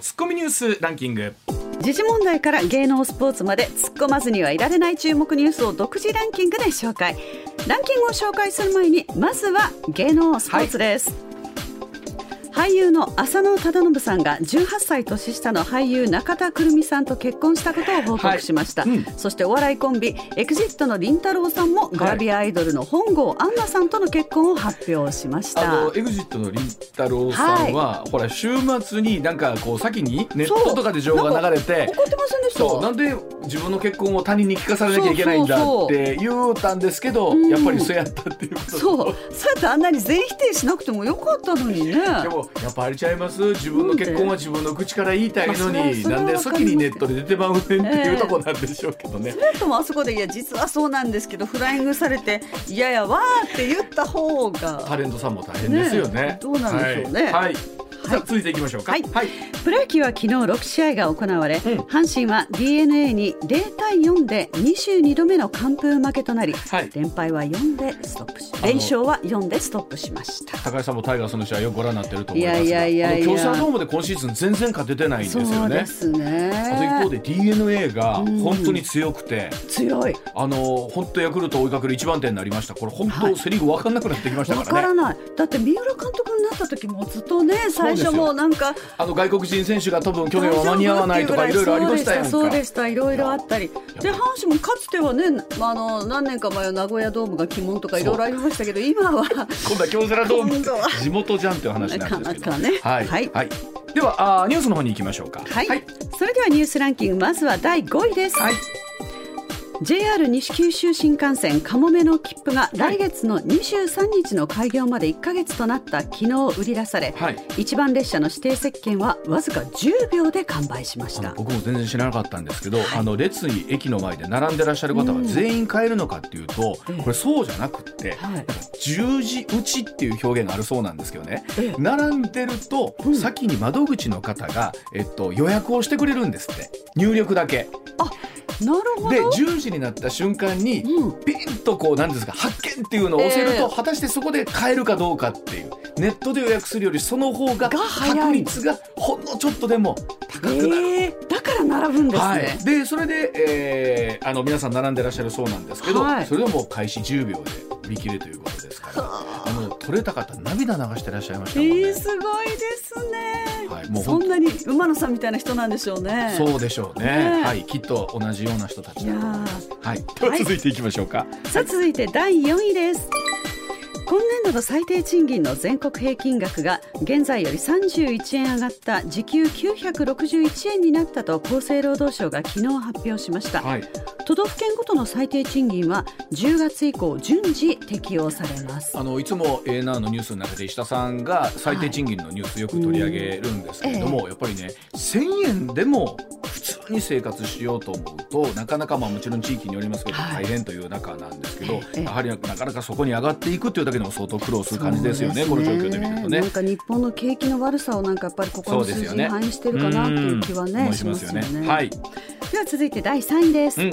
ツッコミニュースランキング時事問題から芸能スポーツまで突っ込まずにはいられない注目ニュースを独自ランキングで紹介ランキングを紹介する前にまずは芸能スポーツです、俳優の浅野忠信さんが18歳年下の俳優中田くるみさんと結婚したことを報告しました、はいうんそしてお笑いコンビエグジットの凛太郎さんもグラビアアイドルの本郷杏奈さんとの結婚を発表しました、あのエグジットのりんたろーさんは、ほら週末になんかこう先にネットとかで情報が流れて怒ってませんでしたそうなんで自分の結婚を他人に聞かされなきゃいけないんだそうっそうて言うたんですけどうんやっぱりそうやったっていうことそうそうやってあんなに全否定しなくてもよかったのにねで もやっぱあれちゃいます自分の結婚は自分の口から言いたいのまあに、それはなんでそれ先はわかりますにネットで出てまうねんっていうとこなんでしょうけどね、ちょっともうあそこで「いや実はそうなんですけどフライングされて嫌やわ」って言った方タがレントさんも大変ですよねねどうなんでしょうねはい、はいさあ続いていきましょうかはいはい、プロ野球は昨日6試合が行われ、ん阪神は d n a に0対4で22度目の完封負けとなり、はい連敗は4でストップしあの連勝は4でストップしました。高橋さんもタイガースの試合よくご覧になってると思いますがいやいやいやいやこの京セラドームで今シーズン全然勝ててないんですそようねで。すねあと一方で d n a が本当に強くて、強いあの本当ヤクルト追いかける一番手になりましたこれ本当、はいセ・リーグ分かんなくなってきましたわかからねらないだって三浦監督になった時もずっとね最そう初ですよもうなんかあの外国人選手が多分去年は間に合わないとかいろいろありましたやんかそうでしたそうでしたいろいろあったりで阪神もかつてはね、まあ、あの何年か前は名古屋ドームが鬼門とかいろいろありましたけど今は今度 は京セラドーム今度は地元じゃんという話なんですけどなかなかねはい、ははいいではあーニュースの方に行きましょうかはい、それではニュースランキングまずは第5位です、はい JR 西九州新幹線かもめの切符が来月の23日の開業まで1か月となった昨日売り出され、はい一番列車の指定席券はわずか10秒で完売しましあのた僕も全然知らなかったんですけど、あの列に駅の前で並んでらっしゃる方が全員買えるのかっていうと、ええこれそうじゃなくって、はいなんか十字打ちっていう表現があるそうなんですけどね、ええ並んでると、うん先に窓口の方が、えっと、予約をしてくれるんですって入力だけなるほでど10時になった瞬間に、うんピンとこうなんですか発見っていうのを押せると、ええ果たしてそこで買えるかどうかっていうネットで予約するよりその方がが早い確率がほんのちょっとでも高くなる。えーだから並ぶんですね、はい、でそれで、えーあの皆さん並んでらっしゃるそうなんですけど、はいそれでもう開始10秒で売り切れということですからあの取れた方涙流してらっしゃいましたもんね、えー、すごいですね、はいもうほそんんなに馬野さんみたいな人なんでしょうねそうでしょうねねえはいきっと同じような人たちだと思いますはいでははい続いていきましょうかさあ続いて第4位です今年度の最低賃金の全国平均額が現在より31円上がった時給961円になったと厚生労働省が昨日発表しました、はい、都道府県ごとの最低賃金は10月以降順次適用されますあのいつも「えーなーのニュースの中で石田さんが最低賃金のニュースよく取り上げるんですけれども、やっぱりね1,000円でも普通に生活しようと思うとなかなかまあもちろん地域によりますけどはい大変という中なんですけど、ええやはりなかなかそこに上がっていくというだけでも相当苦労する感じですよねそこうので状す況で見るとなんね。か日本の景気の悪さをなんかやっぱりここの数字に反映してるかなっていう気はうねんしますよね。はい、では続いて第3位です、うん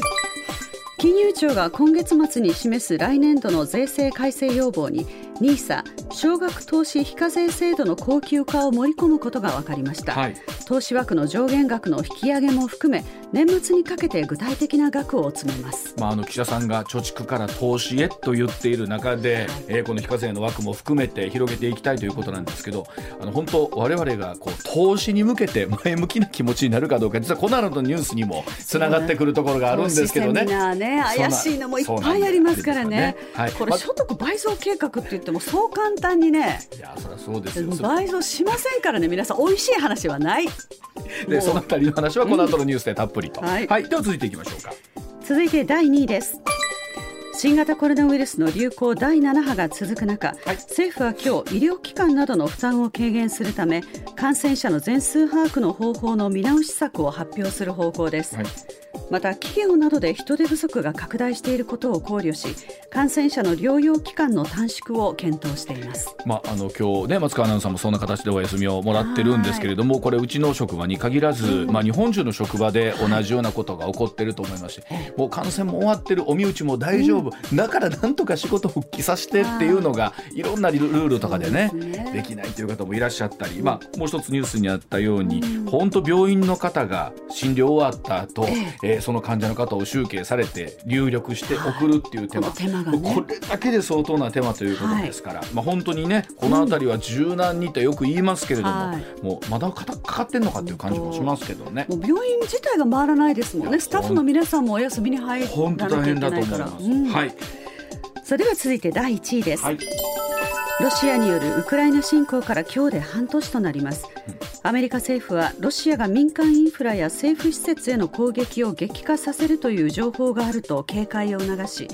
金融庁が今月末に示す来年度の税制改正要望に NISA 少額投資非課税制度の恒久化を盛り込むことが分かりました、はい、投資枠の上限額の引き上げも含め年末にかけて具体的な額を詰めますまあ、あの岸田さんが貯蓄から投資へと言っている中で、えーこの非課税の枠も含めて広げていきたいということなんですけどあの本当我々がこう投資に向けて前向きな気持ちになるかどうか実はこの後のニュースにもつながってくるところがあるんですけどね投資セミ。ナーねそうな怪しいのもいっぱいありますからねそうなんですよねはいこれま所得倍増計画って言ってもそう簡単にねいやそりゃそうですよ。そ倍増しませんからね皆さん美味しい話はないでそのあたりの話はこの後のニュースでたっぷりと。うんはいはい、では続いていきましょうか。続いて第2位です新型コロナウイルスの流行第7波が続く中、はい政府は今日医療機関などの負担を軽減するため感染者の全数把握の方法の見直し策を発表する方向です、はいまた企業などで人手不足が拡大していることを考慮し感染者の療養期間の短縮を検討していますまあ、あの今日ね松川アナウンサーもそんな形でお休みをもらってるんですけれどもこれうちの職場に限らず、まあ、日本中の職場で同じようなことが起こってると思いますし、もう感染も終わってるお身内も大丈夫、だからなんとか仕事復帰させてっていうのがいろんなルールとかでねそうですねできないという方もいらっしゃったり、まあ、もう一つニュースにあったように本当、病院の方が診療終わった後、えーその患者の方を集計されて入力して送るっていう手間,、この手間がねこれだけで相当な手間ということですから、まあ、本当にねこの辺りは柔軟にってよく言いますけれども、はいもうまだかたかかってんのかっていう感じもしますけどね。もう病院自体が回らないですもんいやねスタッフの皆さんもお休みに入本当らな大きゃい変けだとない思かいら、ます。うんはい、それでは続いて第1位です、はい、ロシアによるウクライナ侵攻から今日で半年となりますアメリカ政府はロシアが民間インフラや政府施設への攻撃を激化させるという情報があると警戒を促し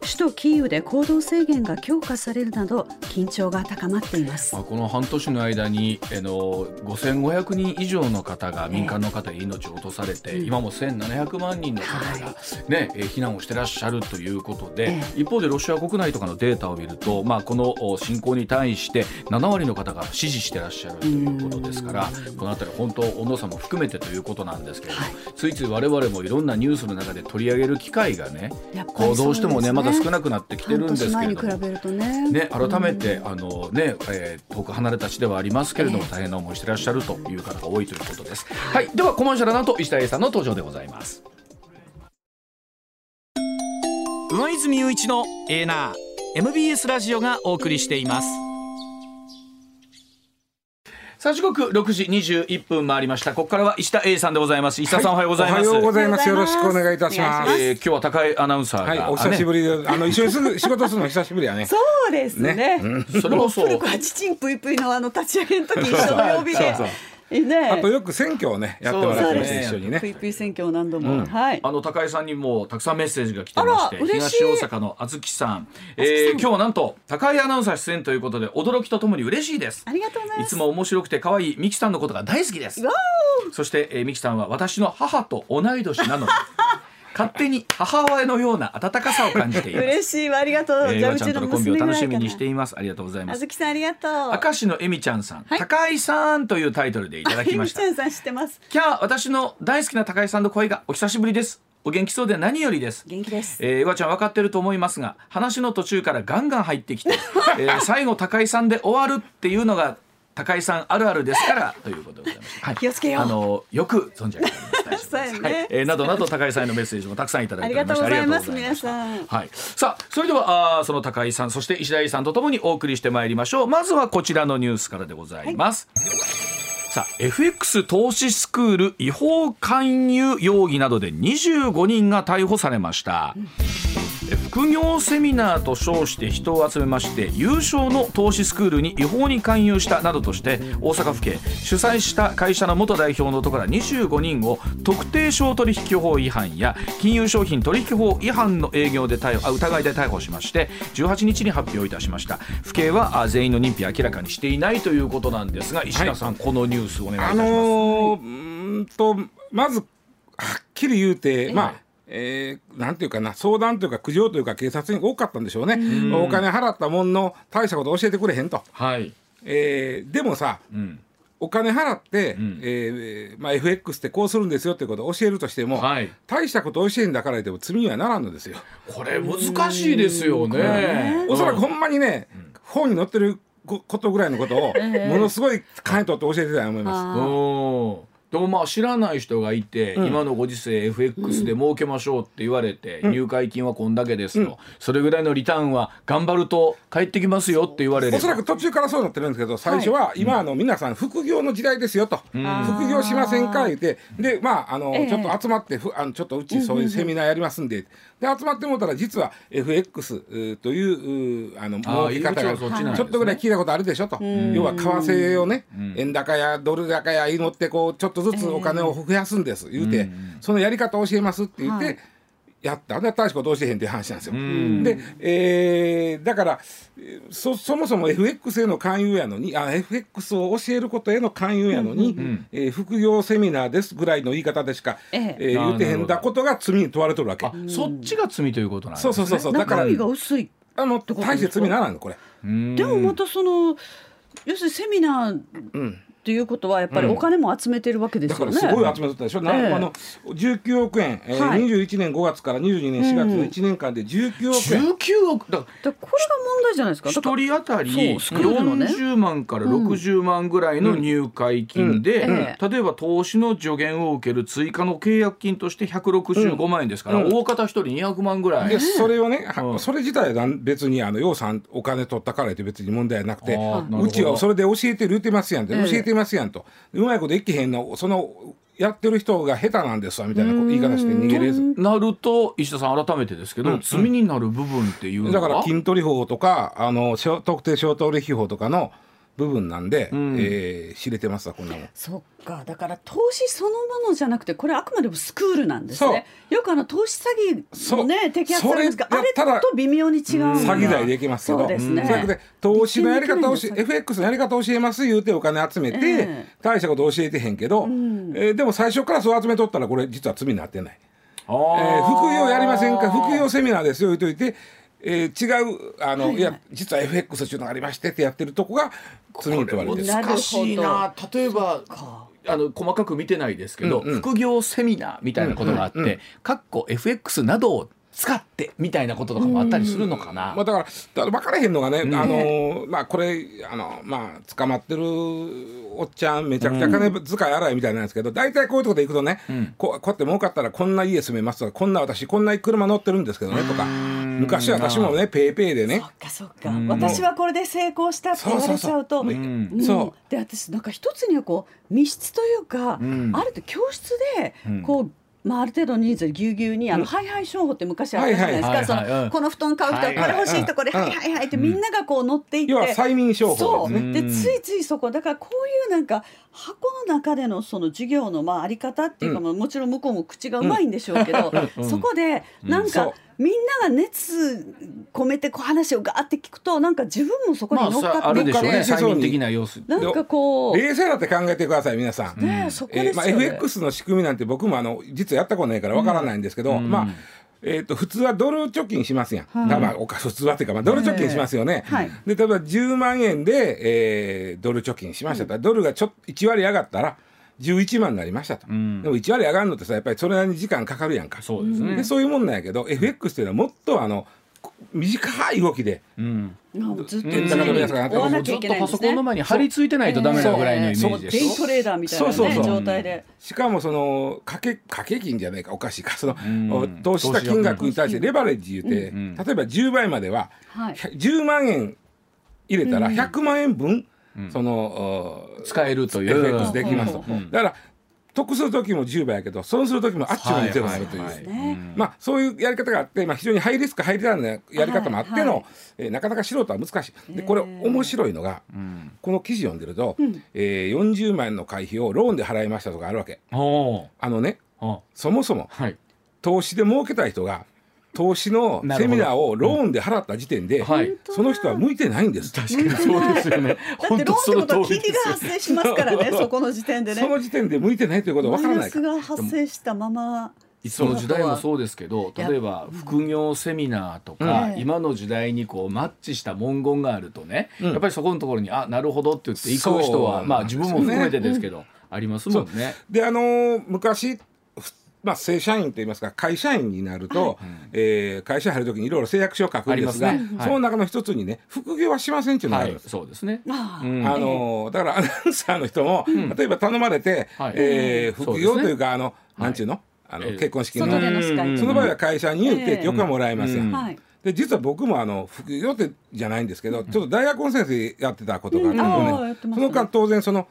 首都キーウで行動制限が強化されるなど緊張が高まっていますまあ、この半年の間に、あの5500人以上の方が民間の方に命を落とされて、今も1700万人の方が、ねえー避難をしてらっしゃるということで、え一方でロシア国内とかのデータを見ると、まあ、このお侵攻に対して7割の方が支持してらっしゃるということですからこの辺り本当温度差も含めてということなんですけれども、はいついつい我々もいろんなニュースの中で取り上げる機会がねやっぱこりそうでうすねどうしてもねまだ少なくなってきてるんですけれども半年前に比べるとねね、改めて、あのね、えー遠く離れた地ではありますけれども、ええ大変な思いしてらっしゃるという方が多いということです。はい、ではコマーシャルの後、石田英さんの登場でございます。上泉雄一のエーナー MBS ラジオがお送りしていますさあ、時刻六時二十一分回りました。ここからは石田英さんでございます。石田さん、おはようございます。おはようございます。およはようごろざいしますくお願いいたしおま願いしす。えー今日は高井アナウンサーが、はい、お久しぶり。りで、あの一緒にすぐ仕事するの久しぶりやね。そうですねそれ こそ、古くはちちんぷいぷいのあの立ち上げの時一緒の曜日でそうねあとよく選挙をね、やってもらってまそうですす、ね一緒にぷね。いぷい選挙を何度も、はいあの高井さんにもたくさんメッセージが来てましてあら嬉しい東大阪のあずきさん、えー今日はなんと高井アナウンサー出演ということで驚きとともに嬉しいですありがとうございいますつも面白くて可愛いミキさんのことが大好きですわそして、えー、ミキさんは私の母と同い年 なので勝手に母親のような温かさを感じています嬉しいわありがとう、えー、じゃあわうちゃんちとののコンビ娘をぐらいか楽なしみにしていますありがとうございまあすずきさんありがとう明石のえみちゃんさん、はい高井さんというタイトルでいただきましたゆみちゃんさん知ってますキャー私の大好きな高井さんの声がお久しぶりですお元気そうで何よりです元気ですえー、うわちゃん分かってると思いますが話の途中からガンガン入ってき て、えー、最後高井さんで終わるっていうのが高井さんあるあるです からということでございました、はい、気をつけようあのよく存じ上げております大丈夫です そうやねはいえーなどなど高井さんへのメッセージもたくさんいただいておりましたありがとうございますありがとうございました皆はい、さあそれではあーその高井さんそして石田井さんとともにお送りしてまいりましょうまずはこちらのニュースからでございます、さあ FX 投資スクール違法勧誘容疑などで25人が逮捕されました、え副業セミナーと称して人を集めまして優勝の投資スクールに違法に勧誘したなどとして大阪府警主催した会社の元代表の男ら25人を特定商取引法違反や金融商品取引法違反の営業で逮捕あ疑いで逮捕しまして18日に発表いたしました府警はあ全員の認否明らかにしていないということなんですが石田さん、このニュースお願いいたあします。のー、うーんと、まず、はっきり言うて、まあ、えーなんていうかな相談というか苦情というか警察に多かったんでしょうねお金払ったもんの大したこと教えてくれへんと、はい、えーでもさ、んお金払って、えーまあ、FX ってこうするんですよってことを教えるとしても、はい大したこと教えんだから言っても罪にはならんのですよ。これ難しいですよね。おそらくほんまにね、本に載ってるこことぐらいのことを、ものすごい金取って教えてたと思います。あうんでもまあ知らない人がいて、今のご時世 FX で儲けましょうって言われて、入会金はこんだけですと、それぐらいのリターンは頑張ると返ってきますよって言われるおそらく途中からそうなってるんですけど最初は今あの皆さん副業の時代ですよと、副業しませんか言ってでまああの、ええちょっと集まってふあのちょっとうちそういうセミナーやりますんで,、で集まってもうたら実は FX うーといううーあの儲け方入り口はがそっちなんですねちょっとぐらい聞いたことあるでしょと、要は為替をね、円高やドル高や祈ってこうちょっとずつお金を増やすんです言うて、そのやり方を教えますって言って。やったで大したこと教えへんっていう話なんですよ。で、えーだからえーそそもそも FX への勧誘やのにあ FX を教えることへの勧誘やのに、えー副業セミナーですぐらいの言い方でしか、えええー言ってへんだことが罪に問われとるわけあ。そっちが罪ということなんですそうそうそうそうだ中から身が薄いあのことで大すしかて罪にならんのこれ。でもまたその要するにセミナーっていうことはやっぱりお金も集めてるわけでだすかよらね。すごい集めとったでしょ、なええあの19億円、えーはい21年5月から22年4月の1年間で19億円、 19億だだからこれが問題じゃないですか。一だから人当たりそうスクールのね40万から60万ぐらいの入会金で、うんえ例えば投資の助言を受ける追加の契約金として165万円ですから、大方一人200万ぐらいでそれをね、はそれ自体は別にあの楊さんお金取ったからって別に問題はなくてあーなるほどうちはそれで教えてる言ってますやんって、ええ教えてますやんとうまいこといけへんのそのやってる人が下手なんですわみたいなこと言い方して逃げれず。なると石田さん改めてですけど、罪になる部分っていうのだはから金取り法とかあの小特定商取引法とかの部分なんで、えー知れてますわこんなもん。そっかだから投資そのものじゃなくてこれあくまでもスクールなんですね。よくあの投資詐欺もねそう摘発されますがそれあれと微妙に違う。詐欺罪でいきますけど、そうですねそれで投資のやり方をし一見できないんですよ FX のやり方を教えます言うてお金集めて、え大したこと教えてへんけど、えーでも最初からそう集めとったらこれ実は罪になってない、あえーー副業やりませんか副業セミナーですよ言うといて、えー違うあの、いや実は FX っていうのがありましてってやってるとこが罪に問われてるなるほど難しいな例えばあの細かく見てないですけど、副業セミナーみたいなことがあって、かっこ FX などを使ってみたいなこととかもあったりするのかな、まあ、だからだから分からへんのがね、あのまあ、これあの、まあ、捕まってるおっちゃんめちゃくちゃ金遣い荒いみたいなんですけど大体、こういうとこで行くとね、こうこうやって儲かったらこんな家住めますとかこんな私こんな車乗ってるんですけどねとか昔私もねペイペイでねそっかそっか、私はこれで成功したって言われちゃうとそうそうそううんうんそで私なんか一つにはこう密室というか、あると教室でこう、まあ、ある程度人数ぎゅうぎゅうにあの、ハイハイ商法って昔あったじゃないですか、はいはいはいそのうんこの布団買う人はこれ欲しいとこれ、はいはいはいってみんながこう乗っていって、要は催眠商そ法ですね。うでついついそこだからこういうなんか箱の中でのその授業のまああり方っていうか、まあもちろん向こうも口がうまいんでしょうけど、そこでなんそかうみんなが熱込めてこう話をガーって聞くとなんか自分もそこまにあ乗っさかあってるでいしょくうね乗っかっていく催眠的な様子なんかこう、冷静だって考えてください皆さん。ねえそこえでーますあ、よね、 FX の仕組みなんて僕もあの実はやったことないからわからないんですけど、まあえー、と普通はドル貯金しますやん、はいまあまあおか普通はっていうか、まあ、ドル貯金しますよね、はいで例えば10万円で、えードル貯金しましたと、ドルがちょっと1割上がったら11万になりましたと、でも1割上がるのってさやっぱりそれなりに時間かかるやんかそうですねでそういうもんなんやけど FX っていうのはもっとあのこ短い動きで、まあずっと常に追わうんなきゃいけないずっとパんですソコンのね。前に張り付いてないとダメなぐらいのイメそーうジデでイしょトレーダーみたいな、ね、そうそうそう状態で。しかもその掛け掛け金じゃないかおかしいかその、お投資した金額に対してレバレッジ言って、例えば10倍までは、はい10万円入れたら100万円分、そのお使えるという FX できますほうと、ほうだから得する時も10倍やけど損する時もあっちゅう間にゼロするという。はいはいはいね、まあ、そういうやり方があって、まあ、非常にハイリスクハイリターンなやり方もあっての、はいえーなかなか素人は難しいでこれ面白いのが、この記事読んでると、えー40万円の会費をローンで払いましたとかあるわけおあのねーおーそもそもはい投資で儲けた人が投資のなるセほどミナーをローンで払った時点で、んはいその人は向いてないんです。確かにそうですよねだってローンってことは金利がよ発生しますからね、そこの時点でね。その時点で向いてないということはマ分イからナないかスらが発生したまま。いつの時代もそうですけどや例えば副業セミナーとか、うん今の時代にこうマッチした文言があるとね、やっぱりそこのところにあなるほどって言って行く人は、そうまあなんです自よ分ねも含めてですけど、ありますもんね。であのー昔ふまあ、正社員といいますか会社員になると、えー会社入るときにいろいろ誓約書を書くんですがありますねはいその中の一つにね副業はしませんっていうのがあはるんいで、す、そうですね。ああ、あのーだからアナ ウンサーの人も、例えば頼まれて、はいえーそう副ですね業というかあの、なんちゅうのあの、えー結婚式の外での司会。その場合は会社にええ定期がもらえますよ、うんはい。で実は僕もあの副業ってじゃないんですけど、ちょっと大学の先生やってたことがあって、うん僕ああやってまそしたねの間当然その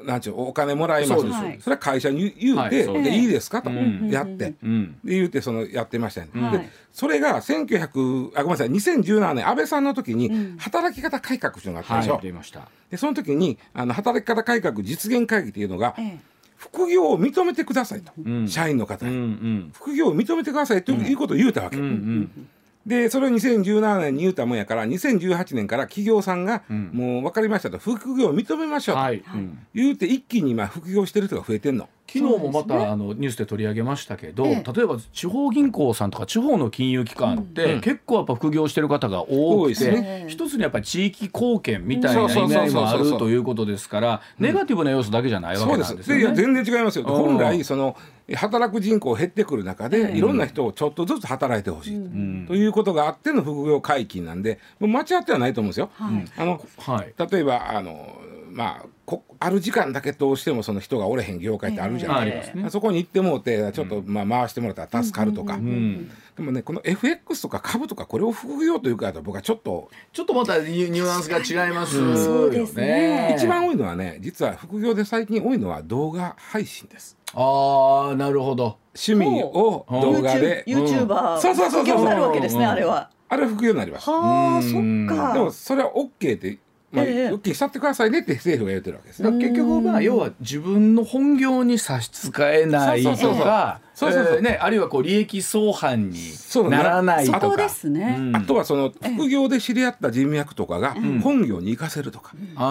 おなんちゅうお金もらいますそうですはいそれは会社に言うて、はいい、そうでですいいですかと、んやって、うん。で言うてそのやってましたよね、はいでそれが1900あごめんなさい2017年安倍さんの時に働き方改革っていうのがあったはでい。しょ、出ました。でその時にあの働き方改革実現会議っていうのが、ええ副業を認めてくださいと、社員の方うんうに、ん副業を認めてくださいということを言うたわけ、うんでそれを2017年に言うたもんやから2018年から企業さんが、んもう分かりましたと副業を認めましうょんうと、はい、うん言うて一気に今副業してる人が増えてんの。昨日もまた、あのニュースで取り上げましたけど、ええ例えば地方銀行さんとか地方の金融機関って、うん結構やっぱ副業してる方が多多いくでて、すね一つにやっぱり地域貢献みたいうんなそう意そ外うそうそうもあそうるということですから、ネガティブな要素だけじゃないわそうけでなすんですよいやね。全然違いますようん本来その働く人口減ってくる中で、うんいろんな人をちょっとずつ働いてほしい、うんということがあっての副業解禁なんでもう間違ってはないと思うんですよ。はいあのはい例えばあの、まあ、こある時間だけどうしてもその人がおれへん業界ってあるじゃあないりでますすか、ね。そこに行ってもうてちょっと、まあ、回してもらったら助かるとか、うん、でもねこの FX とか株とかこれを副業というかと僕はちょっとちょっとまたニュニュアンスが違います よね。そうですね一番多いのはね実は副業で最近多いのは動画配信です。ああなるほど。趣味を動画で YouTube ユーチューバーそうそうそうそう副業になるわけですね、うんあれは。あれは副業になります。はあ、うそんっか。でもそれは OK って、まあ、ええ OK したってくださいねって政府が言ってるわけですだね。から結局まあ要は自分の本業に差し支えないそうそとうそうかえそうそうそうーねあるいはこう利益相反にそうなだねらないそとか。こですね。うんあとはその副業で知り合った人脈とかが本業に生かせるとか、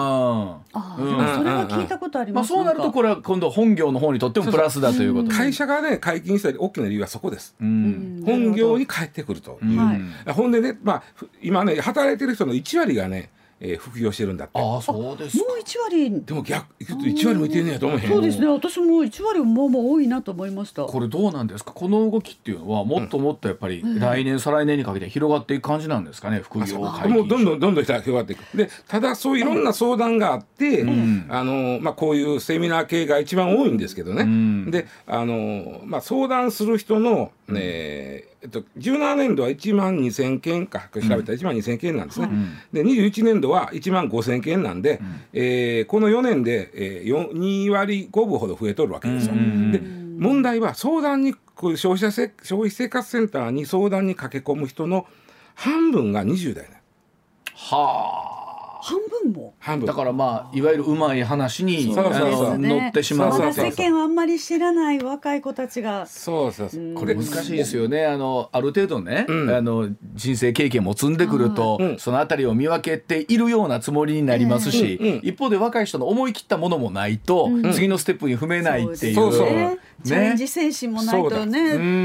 あーああ、うんでもそれは聞いたことありままあす。そうなるとこれは今度本業の方にとってもプラスだということ。会社がね解禁した大きな理由はそこです。うん本業に帰ってくると。うんはいほんでね、まあ、ふ今ね働いてる人の1割がね、えー副業してるんだって。ああそうですもか。う一割。でも逆1割もいてんねやと思えへん。そうですね。私も一割もまあまあ多いなと思いました。これどうなんですかこの動きっていうのはもっともっとやっぱり来年再来年にかけて広がっていく感じなんですかね副業を解禁もうどんどんどんどん人が広がっていく。で、ただそういろんな相談があって、あの、まあ、こういうセミナー系が一番多いんですけどね。んで、あの、まあ、相談する人の、えーえっと、17年度は1万2000件か、調べたら1万2000件なんですね。で、21年度は1万5000件なんで、えーこの4年で、えー、よ2割5分ほど増えとるわけですよ。で、問題は相談に、こういう消費者せ消費生活センターに相談に駆け込む人の半分が20代なのはあ。半分も。半分だからまあいわゆるうまい話にあそうそうそうの乗ってしまうそまうそだうそう世間をあんまり知らない若い子たちが。そうそうそうこれ難しいですよね。あのある程度ね、うんあの人生経験も積んでくると、うんそのあたりを見分けているようなつもりになりますし、うんうん一方で若い人の思い切ったものもないと、次のステップに踏めないっていう。そうそうねチャレンジ精神もないとそうだうん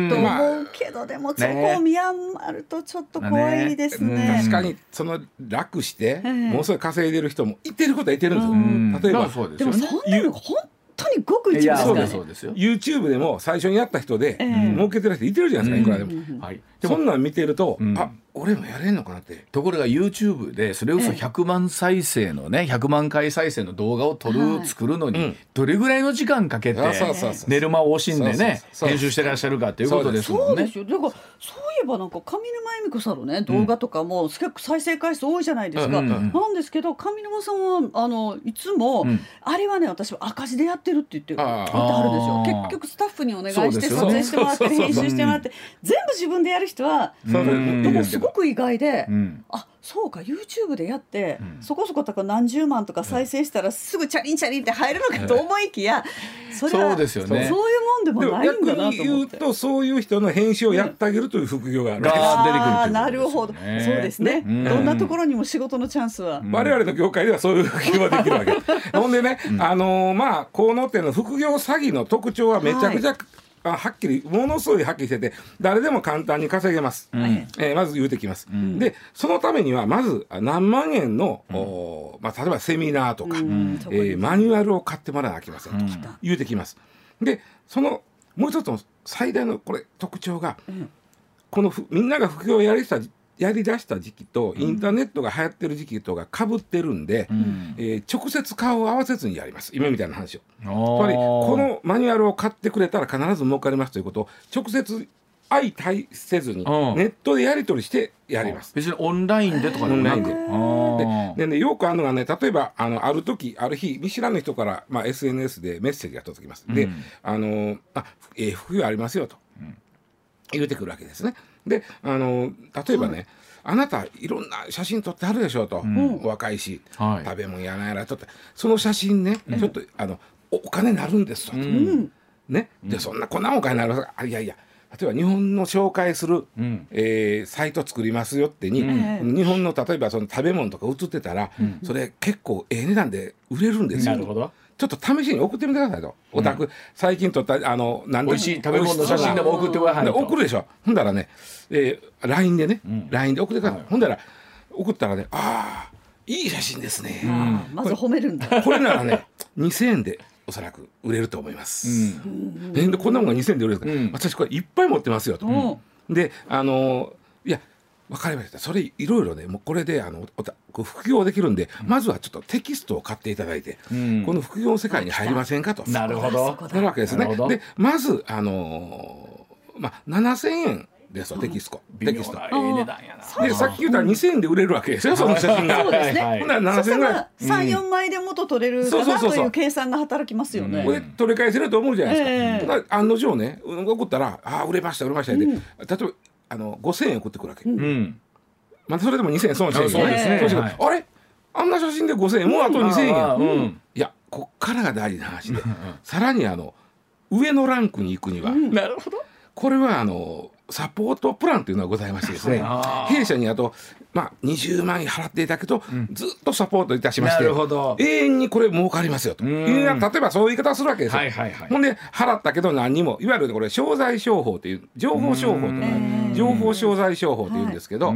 ねと思うけどでもそこを見余るとちょっと怖いですね。ね確かにその楽してえものすごい稼いでる人も言ってることは言ってるんですよ例えまばあそうですでよもね。そんなの本当にごく一部いやですそかうでらすねそ。うですよ。 YouTube でも最初にやった人でええ儲けてる人いてるじゃないですかいくらでもはい。でそもんなん見てるとうんあ俺もやれんのかなってところが YouTube でそれこそ100万再生のね100万回再生の動画を撮る、はい作るのうにんどれぐらいの時間かけてあそうそうそう寝る間を惜しんでそうそうねそう編集してらっしゃるかということですもそんうでねす。よ。だからそういえばなんか上沼恵美子さんのね動画とかも結構再生回数多いじゃないですか。うんうんうんなんですけど上沼さんはあのいつも、んあれはね私は赤字でやってるって言って言あってーはるんですあーよ。結局スタッフにお願いそうしでてすよ撮ね影してもらって編集してもらって全部自分でやる人はそうそううんでいるもんですすけどごく意外で。うんあそうか YouTube でやって、うんそこそこだから何十万とか再生したらすぐチャリンチャリンって入るのかと思いきや、それはそうですよねそういうもんででももないん逆だなにと思言っうて。とそういう人の編集をやってあげるという副業があるがあ出てくるということですよねーなるほど、そうですね、んどんなところにも仕事のチャンスは、我々の業界ではそういう副業ができる わけほんでね、あのーまあこの手の副業詐欺の特徴はめちゃくちゃ、あはっきりものすごいはっきりしてて誰でも簡単に稼げます、んえーまず言うてきます、でそのためにはまずあ何万円の、おーまあ、例えばセミナーとか、うんそこにえーマニュアルを買ってもらわなきゃいけませんと、言うてきますでそのもう一つの最大のこれ特徴が、このふみんなが副業をやりしたやりだした時期とインターネットが流行ってる時期とがかぶってるんで、えー直接顔を合わせずにやります今みたいな話をつつままりこのマニュアルを買ってくれたら必ず儲かりますということを直接相対せずにネうんットでやり取りしてやります別にオンラインでとかでもなくオンラインであーでね、よくあるのがね例えばあのある時ある日見知らぬ人から、まあ、SNS でメッセージが届きます。で、あのあえー副業ありますよと、言うてくるわけですね。であの例えばね、あなたいろんな写真撮ってはるでしょうと、お若いし、はい食べ物やなんやら撮ってその写真ね、ちょっとあのおお金になるんですと、ね、でそんなこんなお金になるあいやいや例えば日本の紹介する、えーサイト作りますよってに、日本の例えばその食べ物とか売ってたら、それ結構ええ値段で売れるんですよなるほどちょっと試しに送ってみてくださいとお宅、最近撮ったあの何美味しい食べ物の写真でも送ってくださいとで送るでしょほんだらね、えー、LINE でね、LINE で送ってください、ほんだら送ったらねああいい写真ですね、まず褒めるんだ。これならね 2000円でおそらく売れると思います、えでこんなもんが2000円で売れるんですか、私これいっぱい持ってますよと、であのいやわかりましたそれいろいろねもうこれであのおたこう副業できるんでまずはちょっとテキストを買っていただいて、この副業の世界に入りませんかとなるほどなるわけですなねるほどでまずあのーまあ7000円ですわテキスト微テキ妙ストなええ値段やなでさっき言った2000円で売れるわけですよその写真がそうですねほんならそし7000円たぐらいら三四枚で元取れるそかうそうなそうとそういう計算が働きますよね。これ取り返せると思うじゃないですか、ええだから案の定ね怒ったら「ああ売れました売れました」で、例えばあの5,000円送ってくるわけ、うんまたそれでも2,000円損してるあそうですね損してるはいあれあんな写真で5,000円もうあと2,000円、うんうんいやこっからが大事な話でさらにあの上のランクに行くには、なるほどこれはあのサポートプランというのがございましてですねあ弊社にあと、まあ、20万円払っていただくと、ずっとサポートいたしましてなるほど永遠にこれ儲かりますよというような例えばそういう言い方をするわけですよ。はいはいはいほんで払ったけど何にもいわゆるこれ商材商法という情報商法とか情報商材商法というんですけど、こ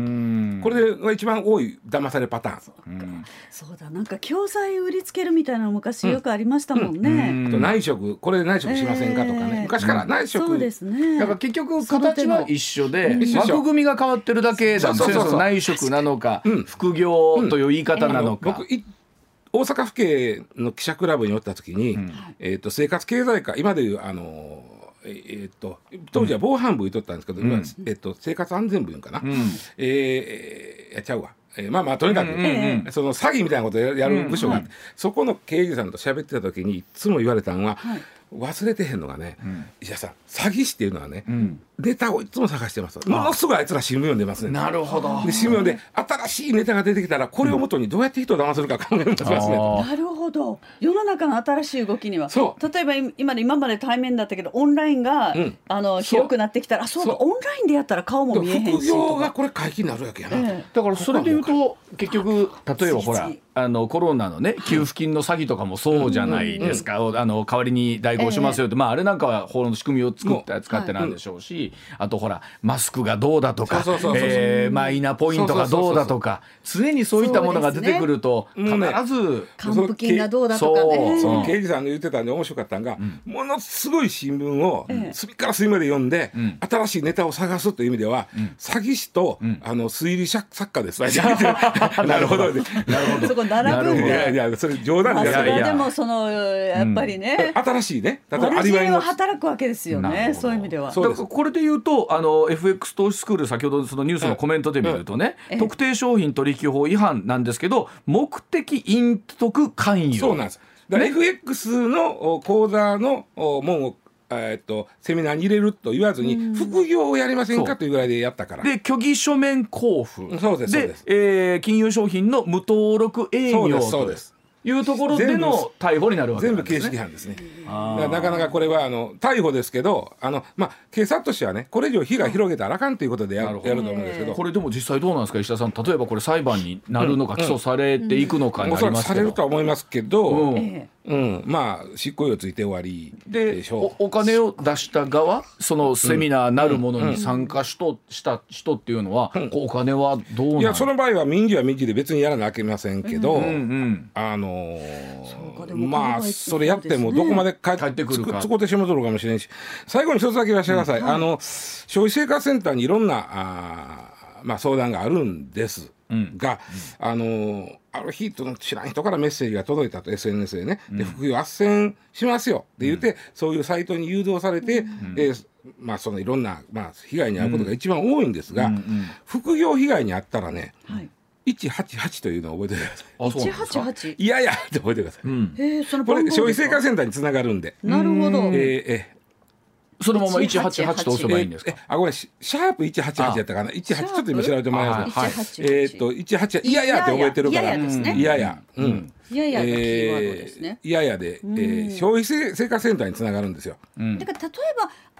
れが一番多い騙されパターン。そうだなんか教材売りつけるみたいなの昔よくありましたもんね。あと内職これで内職しませんかとかね、ええ昔から内職、そうですね。だから結局形は一緒で一緒枠組みが変わってるだけなんですそうそうそうよ内職なのか副業という言い方なのか僕い大阪府警の記者クラブにおった時に、えー、と生活経済課今でいうあのーえーえーと当時は防犯部にとったんですけど、今えー、と生活安全部いうかな、えーえーいやちゃうわ、えーまあまあとにかく、その詐欺みたいなことややる部署があって、そこの刑事さんと喋ってた時にいつも言われたんは、忘れてへんのがね、いやさ詐欺師っていうのはね、ネタをいつも探してますものすごいあいつら新聞読んでますねなるほどで新聞で新しいネタが出てきたらこれをもとにどうやって人を騙せるか考えますね。なるほど世の中の新しい動きにはそう例えばい今で今まで対面だったけどオンラインが、んあのう広くなってきたらあそうかそオンラインでやったら顔も見えへんし副業とかがこれ解禁になるわけやな。ええだからそれで言うと結局例えばほつらいついあのコロナのね給付金の詐欺とかもそうじゃないですか、あの代わりに代行しますよって、まああれなんかは法の仕組みを作って使ってなんでしょうし、あとほらマスクがどうだとかそうそうそうそうえーマイナポイントがどうだとか常にそういったものが出てくるとそうで必すねず還付金がどうだとかねそうその刑事さんの言ってたんで面白かったんが、ものすごい新聞をええ隅から隅まで読んで、新しいネタを探すという意味では、詐欺師と、あの推理作家 です。 なるほどね。そこ並ぶんいだやいやそれ冗ま談あじそゃないれやはいでや。もそのやっぱりね、新しいね。例えばア悪リ知バイ恵のは働くわけですよなるねほどそういう意味ではそうですだからこれで言うとあの FX 投資スクール先ほどそのニュースのコメントで見るとね、ええ特定商品取引法違反なんですけど目的隠匿関与そうなんです。だから FX のお講座のお門をえーっとセミナーに入れると言わずに副業をやりませんそうかというぐらいでやったから。で虚偽書面交付そうですそうですえー金融商品の無登録営業そうですそうとですいうところでの逮捕になるわけなん全部で形す式違ね。反ですね。だからなかなかこれはあの逮捕ですけど、あのまあ警察としてはね、これ以上被害広げたらあかんということでややなるるほとど思うんですけど、これでも実際どうなんですか石田さん例えばこれ裁判になるのか、起訴されていくのかにおなりそらくますさけれど、るとは思いますけど、ううんん、ええまあ執行猶予ついて終わりででしょおお金を出した側そのセミナーなるものに参加しと、した人っていうのは、こうお金はどうなのう。いやその場合は民事は民事で別にやらなきゃいけませんけど、うんうんあのうかでーもまこれはあ一緒それやってもどこまで帰帰ってくるかつつこてしまうとるかもしれんし最後に一つだけ言わせてください、あの消費生活センターにいろんなあー、まあ、相談があるんですが、あのーある日と知らん人からメッセージが届いたと SNS でねで副業斡旋しますよって言って、そういうサイトに誘導されて、えーまあ、そのいろんな、まあ、被害に遭うことが一番多いんですが、副業被害に遭ったらねはい188というのを覚えてください。あそうなんですか188いやいやって覚えてください。えーそのこ番れ号消費です生か活センターにつながるんで、なるほどえーえそのまま188と押せばいいんですかえあごめんシシャープ188やったかな188ちょっと今調べてもらえますはいえっと188いやいやって覚えてるかいやらいやですねいやいやうんいやいやがキーワードですねえーいやいやでえー消費生生活センターにつながるんですよだから例え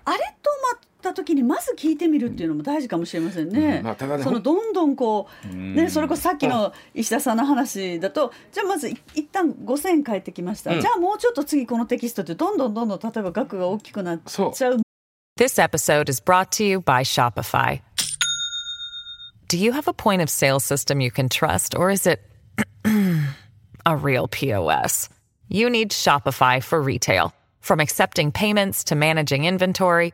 ばあれと思った時にまず聞いてみるっていうのも大事かもしれませんね。うんまあただねそのどんどんこう、ね、それこそさっきの石田さんの話だとじゃあまずい一旦5,000円返ってきました、じゃあもうちょっと次このテキストってどんどんどんどん例えば額が大きくなっちそうゃう This episode is brought to you by Shopify. Do you have a point of sale system you can trust, or is it a real POS? You need Shopify for retail. From accepting payments to managing inventory,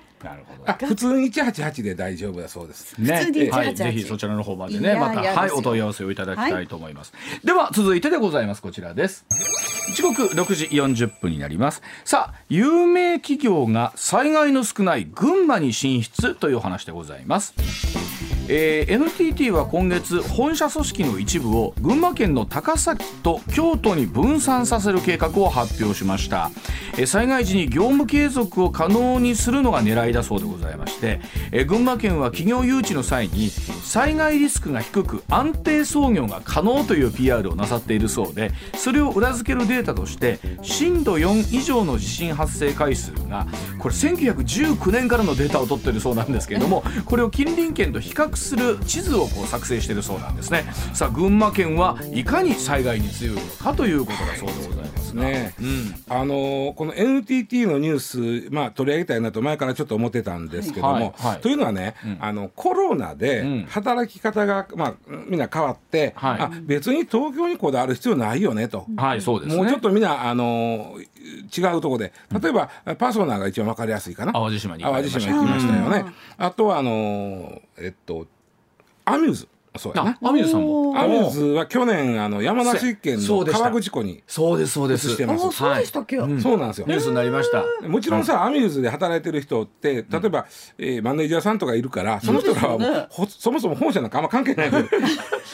なるほどあ普通に188で大丈夫だそうですね通には188い、ぜひそちらの方までいねやまたいやはいですよお問い合わせをいただきたいと思います、では続いてでございますこちらです時刻6時40分になりますさあ有名企業が災害の少ない群馬に進出というお話でございますえー NTT は今月本社組織の一部を群馬県の高崎と京都に分散させる計画を発表しました、えー災害時に業務継続を可能にするのが狙いだそうでございまして、えー群馬県は企業誘致の際に災害リスクが低く安定操業が可能という PR をなさっているそうでそれを裏付けるデータとして震度4以上の地震発生回数がこれ1919年からのデータを取っているそうなんですけれどもこれを近隣県と比較する地図をこう作成しているそうなんですねさあ群馬県はいかに災害に強いのかということだそうでございますがね、あのーこの NTT のニュース、まあ、取り上げたいなと前からちょっと思ってたんですけども、はいはいというのはね、あのコロナんで働き方が、まあ、みんな変わって、はいあ別に東京にこだわる必要ないよねと。はいそうですねもうちょっとみんな、あのー違うとこで例えば、パーソナーが一番わかりやすいかな淡路島に行か淡れま路した島行きましたよね、あとはあのーえっとアミューズそうやあなアミューズさんもアミューズは去年あの山梨県そうのでした川口湖にそうですそうですしてあまあすそうでしたっけ、そうなんですよニュースになりましたもちろんさ、アミューズで働いてる人って、例えば、えーマネージャーさんとかいるから、その人らはもうほそもそも本社なんかあんま関係ないけ ど、だか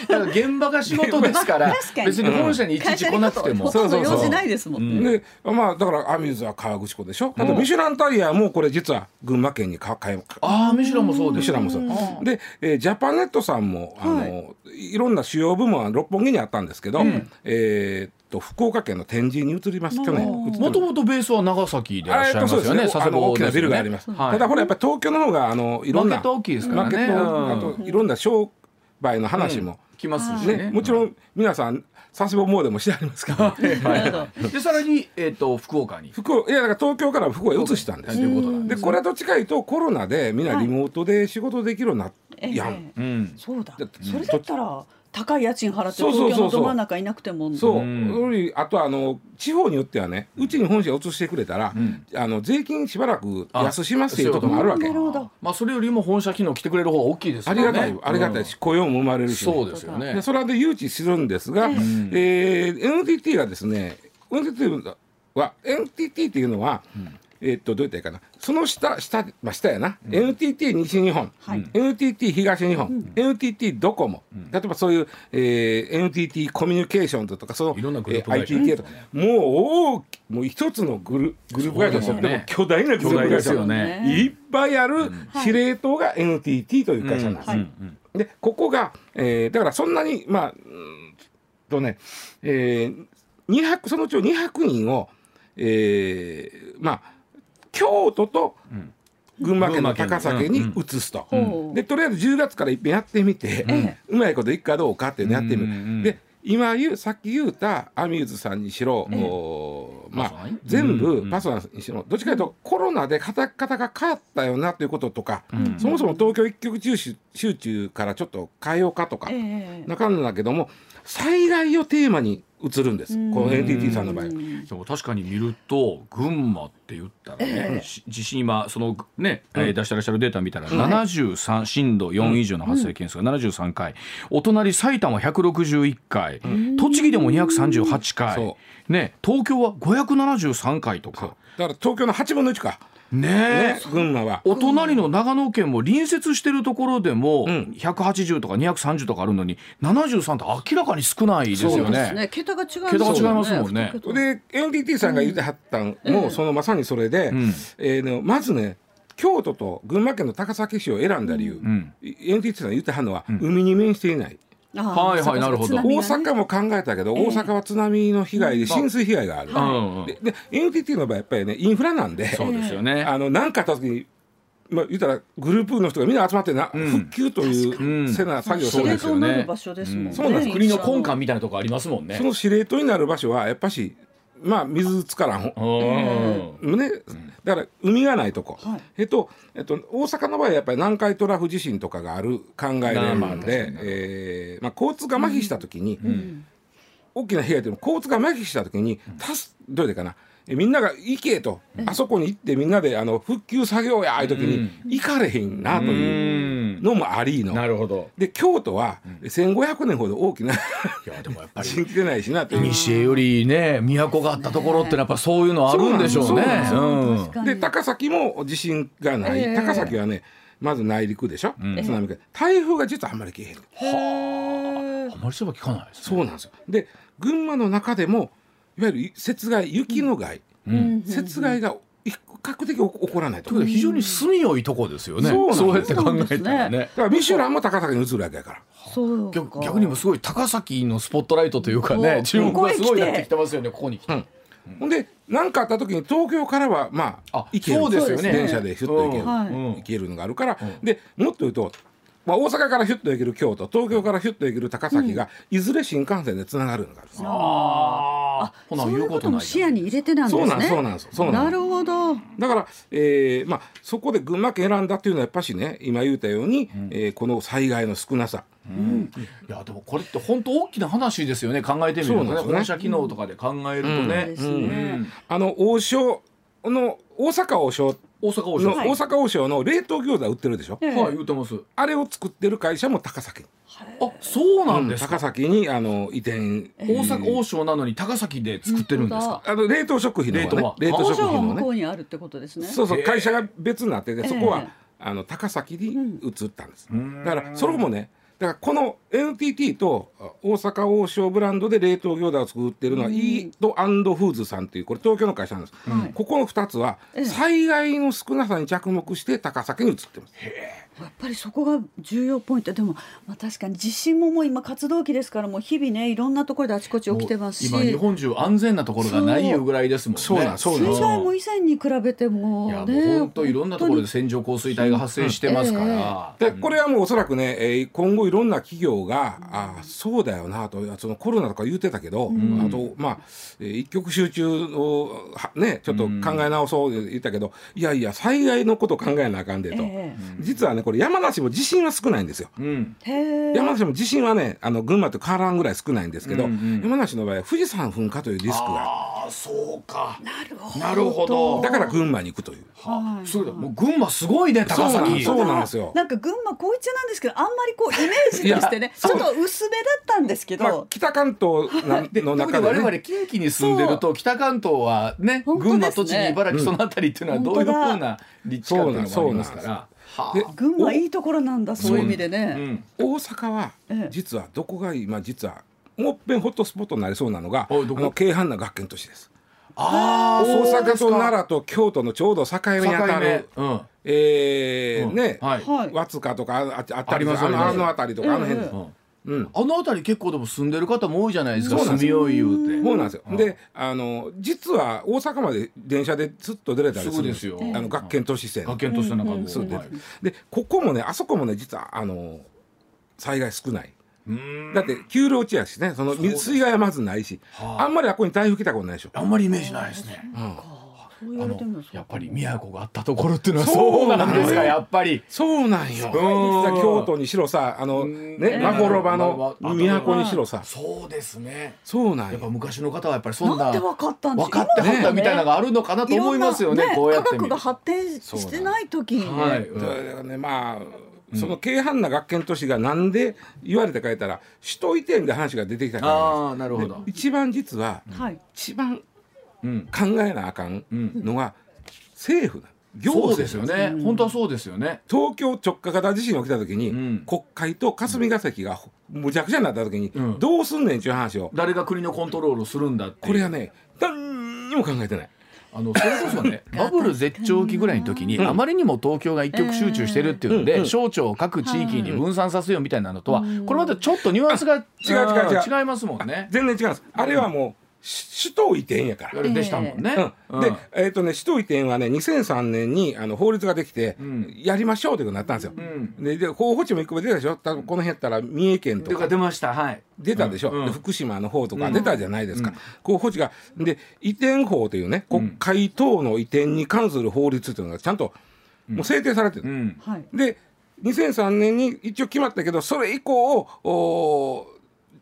ら現場が仕事です から確かに別に本社にいちい会ち社来になこくてともほとんどそうそうそう用事ないですもんね。でまあ、だからアミューズは川口湖でしょ、あとミシュランタイヤもこれ、実は群馬県にか買いああミシュランもそうでミすシュランもそう、で、えージャパネットさんもあの、い、ろんな主要部門は六本木にあったんですけど、えーっと福岡県の天神に移ります去年移ってもまとすもとベースは長崎でいらっしゃいますよあね。えっとそうですね佐世あの保大きなビルがあります。ただほらやっぱり東京の方があのいろんなマーケット大きいですからねマーケットうんあといろんな商売の話も、来ますしねね。もちろん皆さん佐世保モーデもしてありますから、ろん。でさらにえっと福岡に。福岡いやだから東京から福岡へ移したんですとよいうことなんででこれと近いとコロナでみんなリモートで仕事できるようになっええやん、うん。そうだだってそれだったら高い家賃払ってそうそうそうそう東京のど真ん中いなくてもそう、うんそれよりあとあの地方によってはねうちに本社移してくれたら、あの税金しばらく安しますっていうとこもあるわけなるほどまあそれよりも本社機能来てくれる方が大きいですあよね。りがたい、ありがたいし雇用も生まれうるん。しね、そうですよねで。それで誘致するんですが、えー NTT がですね NTT は NTT っていうのは、えーっとどういったらいいかなその下下、まあ、下やな、NTT 西日本、はい NTT 東日本、NTT ドコモ、例えばそういう、えー NTT コミュニケーションズとかそのいろんなグループえ会社 ITT とか、もう大きもう一つのグルグループ会社ですよそうでですよもね巨大なグループ会社巨大ですよねいっぱいある司令塔が NTT という会社なんです。はいでここが、えーだからそんなにまあうーんとね、えー、200そのうちの200人を、えーまあ京都と群馬県の高崎に移すと、うんうんでとりあえず10月から一遍やってみて、うえまいこといくかどうかっていうのやってみる。うんうんで今言うさっき言うたアミューズさんにしろ、おーパまソあナに、全うんう部パソナにしろどっちかというとコロナで働き方が変わったよなということとか、そもそも東京一極集中集中からちょっと変えようかとか、ええなかんだけども災害をテーマに映るんです、この NTT さんの場合。でも確かに見ると群馬って言ったらね、し地震今そのね、えー出してらっしゃるデータ見たら73、震度4以上の発生件数が73回、お隣埼玉161回、栃木でも238回そ、ね東京は573回とかだから東京の8分の1か、ねね、群馬は。お隣の長野県も隣接してるところでも180とか230とかあるのに73って明らかに少ないですよですね。ね桁が違う桁が違いますもんねそうですで NTT さんが言ってはったんもそのまさにそれで、んえーのまずね京都と群馬県の高崎市を選んだ理由、ん NTT さんが言ってはんのは、海に面していないあーはいはいそっかなるほど津波が大ね阪も考えたけど、大阪は津波の被害で浸水被害がある、うんうんでで NTT の場合やっぱりねインフラなんでそうですよね。あの何かあった時に、まあ、言ったらグループの人がみんな集まってな、うん復旧というせな作業をすそうるんでですすよね司令よ、塔になる場所ですもんね、そうなんです国の根幹みたいなとこありますもんねそ。の司令塔になる場所はやっぱしまあ水つからんほうんね、だから海がないとこ、はいえっとえっと、大阪の場合はやっぱり南海トラフ地震とかがある考えでまあまあ確かで、えーまあ、交通が麻痺した時に、大きな被害というのは交通が麻痺した時にたすどうでかなえみんなが行けと、あそこに行ってみんなであの復旧作業やああいう時に、行かれへんなというのもありの。なるほど。で京都は1500年ほど大きな いやでもやっぱり信じてないしなという。西へよりね都があったところってのはやっぱそういうのあるんでしょうね。うん確かでに高崎も地震がない、ええ高崎はねまず内陸でしょ、津波が台風が実はあんまり来えへん、あんまりそういえば聞かないですね。そうなんですよで群馬の中でもいわゆる雪害雪の害、雪害が比較的起こらないと、ということで非常に住みよいとこですよね。そうなんですそうやって考えたらねだ。からミシュランも高崎に移るわけだからそうか逆逆にもすごい高崎のスポットライトというかねお注目がすごいここへ来てなってきてますよねここに来て。ほんで何かあった時に東京からはまああ行けるそうですよね電車でヒュッと行ける、うんはいうん行けるのがあるから、でもっと言うと、まあ、大阪からヒュッと行ける京都東京からヒュッと行ける高崎が、いずれ新幹線でつながるのがあるんですよああほなそう言いううここととなもい。視野に入れてなんですそうねなんそうなんですそうななんでするほどだから、えーまあ、そこで群馬県選んだっていうのはやっぱしね今言ったように、えーこの災害の少なさ、いやでもこれって本当大きな話ですよね考えてみるとそうねなんですよね本社機能とかで考えるとでねすねあの王将の大阪王将大阪王将の、大阪王将の冷凍餃子売ってるでしょ、ええはい言うてます。あれを作ってる会社も高崎に、あそうなんですか。高崎にあの移転大阪王将なのに高崎で作ってるんですか。あの冷凍食品の方ね冷冷凍凍工食場が品の向こねうにあるってことですねそうそう会社が別になってて、そこは、ええあの高崎に移ったんです、だからそれもねだからこの NTT とあ大阪王将ブランドで冷凍餃子を作ってるのは、イートフーズさんっていうこれ東京の会社なんです、はいここの2つはええ災害の少なさに着目して高崎に移ってます、やっぱりそこが重要ポイントでも、まあ、確かに地震ももう今活動期ですからもう日々ねいろんなところであちこち起きてますし今日水本中安全なところがないよぐらいですもんね。そうなんそうなん害も以前に比べてもいやもうね本当いろんなところで線状降水帯が発生してますから。でこれはもうおそらくね、えー今後いろんな企業が、あーそうだよなとそのコロナとか言ってたけど、あとまあ、えー一極集中をはねちょっと考え直そう言ったけど、いやいや災害のこと考えなあかんでと、え実はねこれ山梨も地震は少ないんですよ。うん。えへえ山梨も地震はねあの群馬と変わらんぐらい少ないんですけど、山梨の場合は富士山噴火というリスクがああそうか。なるほどなるほどだから群馬に行くというあそうだ。もう群馬すごいね高そうなん崎。ですそうなんですよなんか群馬高一なんですけどあんまりこうイメージとしてねちょっと薄めだったんですけど、まあ、北関東なでの 特に中で、我ね、々近畿に住んでると北関東はね本当です群ね馬栃木茨城そのあたりっていうのはうんどういうふ本当だうな立地かっていうのがありますかそうなんら。はで群馬いいところなんだそういう意味であ。うね。ん。大阪はええ実はどこが今実はもっぺんホットスポットになりそうなのがあおいどこの京阪な学研都市ですああ大そうで阪すとか奈良と京都のちょうど境目にあたる境目うんえーうんねはいはい和塚とかああああたりりますあのありまあすの辺りとかあの辺ですうんうんあの辺り結構でも住んでる方も多いじゃないですかそうなん住ですみよい言うてそうなんですよであの実は大阪まで電車でずっと出れたりするんすぐですよあの学研都市線学研としてなんかもうそうですはいでここもねあそこもね実はあの災害少ないうんだって丘陵地やしねその水水害はまずないしはああんまりあこに台風来たことないでしょあんまりイメージないですね。そう言われてみるとそうやっぱり都があったところっていうのはそうなんですかやっぱりそうなごんよ。いですね京都にしろさ、あのね、まごろばの都にしろさ。そうですねそうなんやっぱよ。昔の方はやっぱりそんななんでわかったんです分かってはったみたいなのががあるのかなと思いますよねこうやって科学見るが発展してない時に、はいだからね、まあ。その軽犯な学研都市がなんで言われたか言ったら首都移転で話が出てきたからなんですああなるほど一番実ははい一番うん考えなあかんのは政府だ行そう政ですよね本当はそうですよね東京直下型地震が起きた時に、うん国会と霞が関がむちゃくちゃになった時に、うんどうすんねんっていう話を誰が国のコントロールをするんだっていうこれはね何にも考えてないあのそれこそ ねバブル絶頂期ぐらいの時にあまりにも東京が一極集中してるっていうのうんでうん省庁を各地域に分散させようみたいなのとはこれまたちょっとニュアンスが違違う違う違う違いますもんね。全然違うんですあれはもうし首都移転やかいわら。ゆるでしたもんね。うん、で、えっ、とね、首都移転はね、2003年にあの法律ができて、んやりましょうということになったんですよ。んでで、候補地も一個も出たでしょ、多分この辺やったら三重県ととかか出ましたはい。出たでしょ、うんで福島の方とか出たじゃないですか、候補地がで移転法というね国会等の移転に関する法律というのがちゃんともう制定されてうる、んはいで2003年に一応決まったけどそれ以降おー